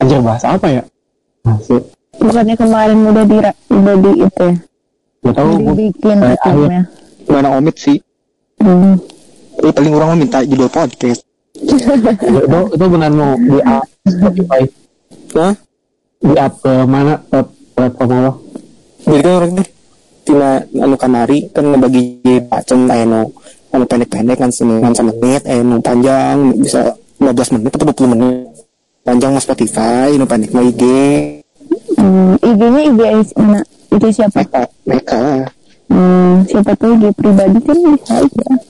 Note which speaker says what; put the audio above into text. Speaker 1: anjir bahas apa ya masih
Speaker 2: Bukannya kemarin udah di udah di itu ya,
Speaker 1: gak tahu Oh, ya. gua
Speaker 2: dibikin
Speaker 1: kayak akhir
Speaker 2: filmnya.
Speaker 3: Gimana omit sih?
Speaker 2: Hmm.
Speaker 3: Eh, paling orang mah minta judul podcast.
Speaker 1: itu itu benar mau di up Spotify
Speaker 3: Hah?
Speaker 1: di up ke mana ke platform apa
Speaker 3: Jadi kan orang tuh Tina anu kamari kan ngebagi pacem anu anu pendek-pendek kan senengan sama menit anu panjang bisa 15 menit atau 20 menit panjang mas Spotify anu pendek mah IG
Speaker 2: Hmm, IG-nya IG is- mana? Itu siapa?
Speaker 3: mereka mereka lah
Speaker 2: Hmm, siapa tuh IG pribadi kan bisa aja.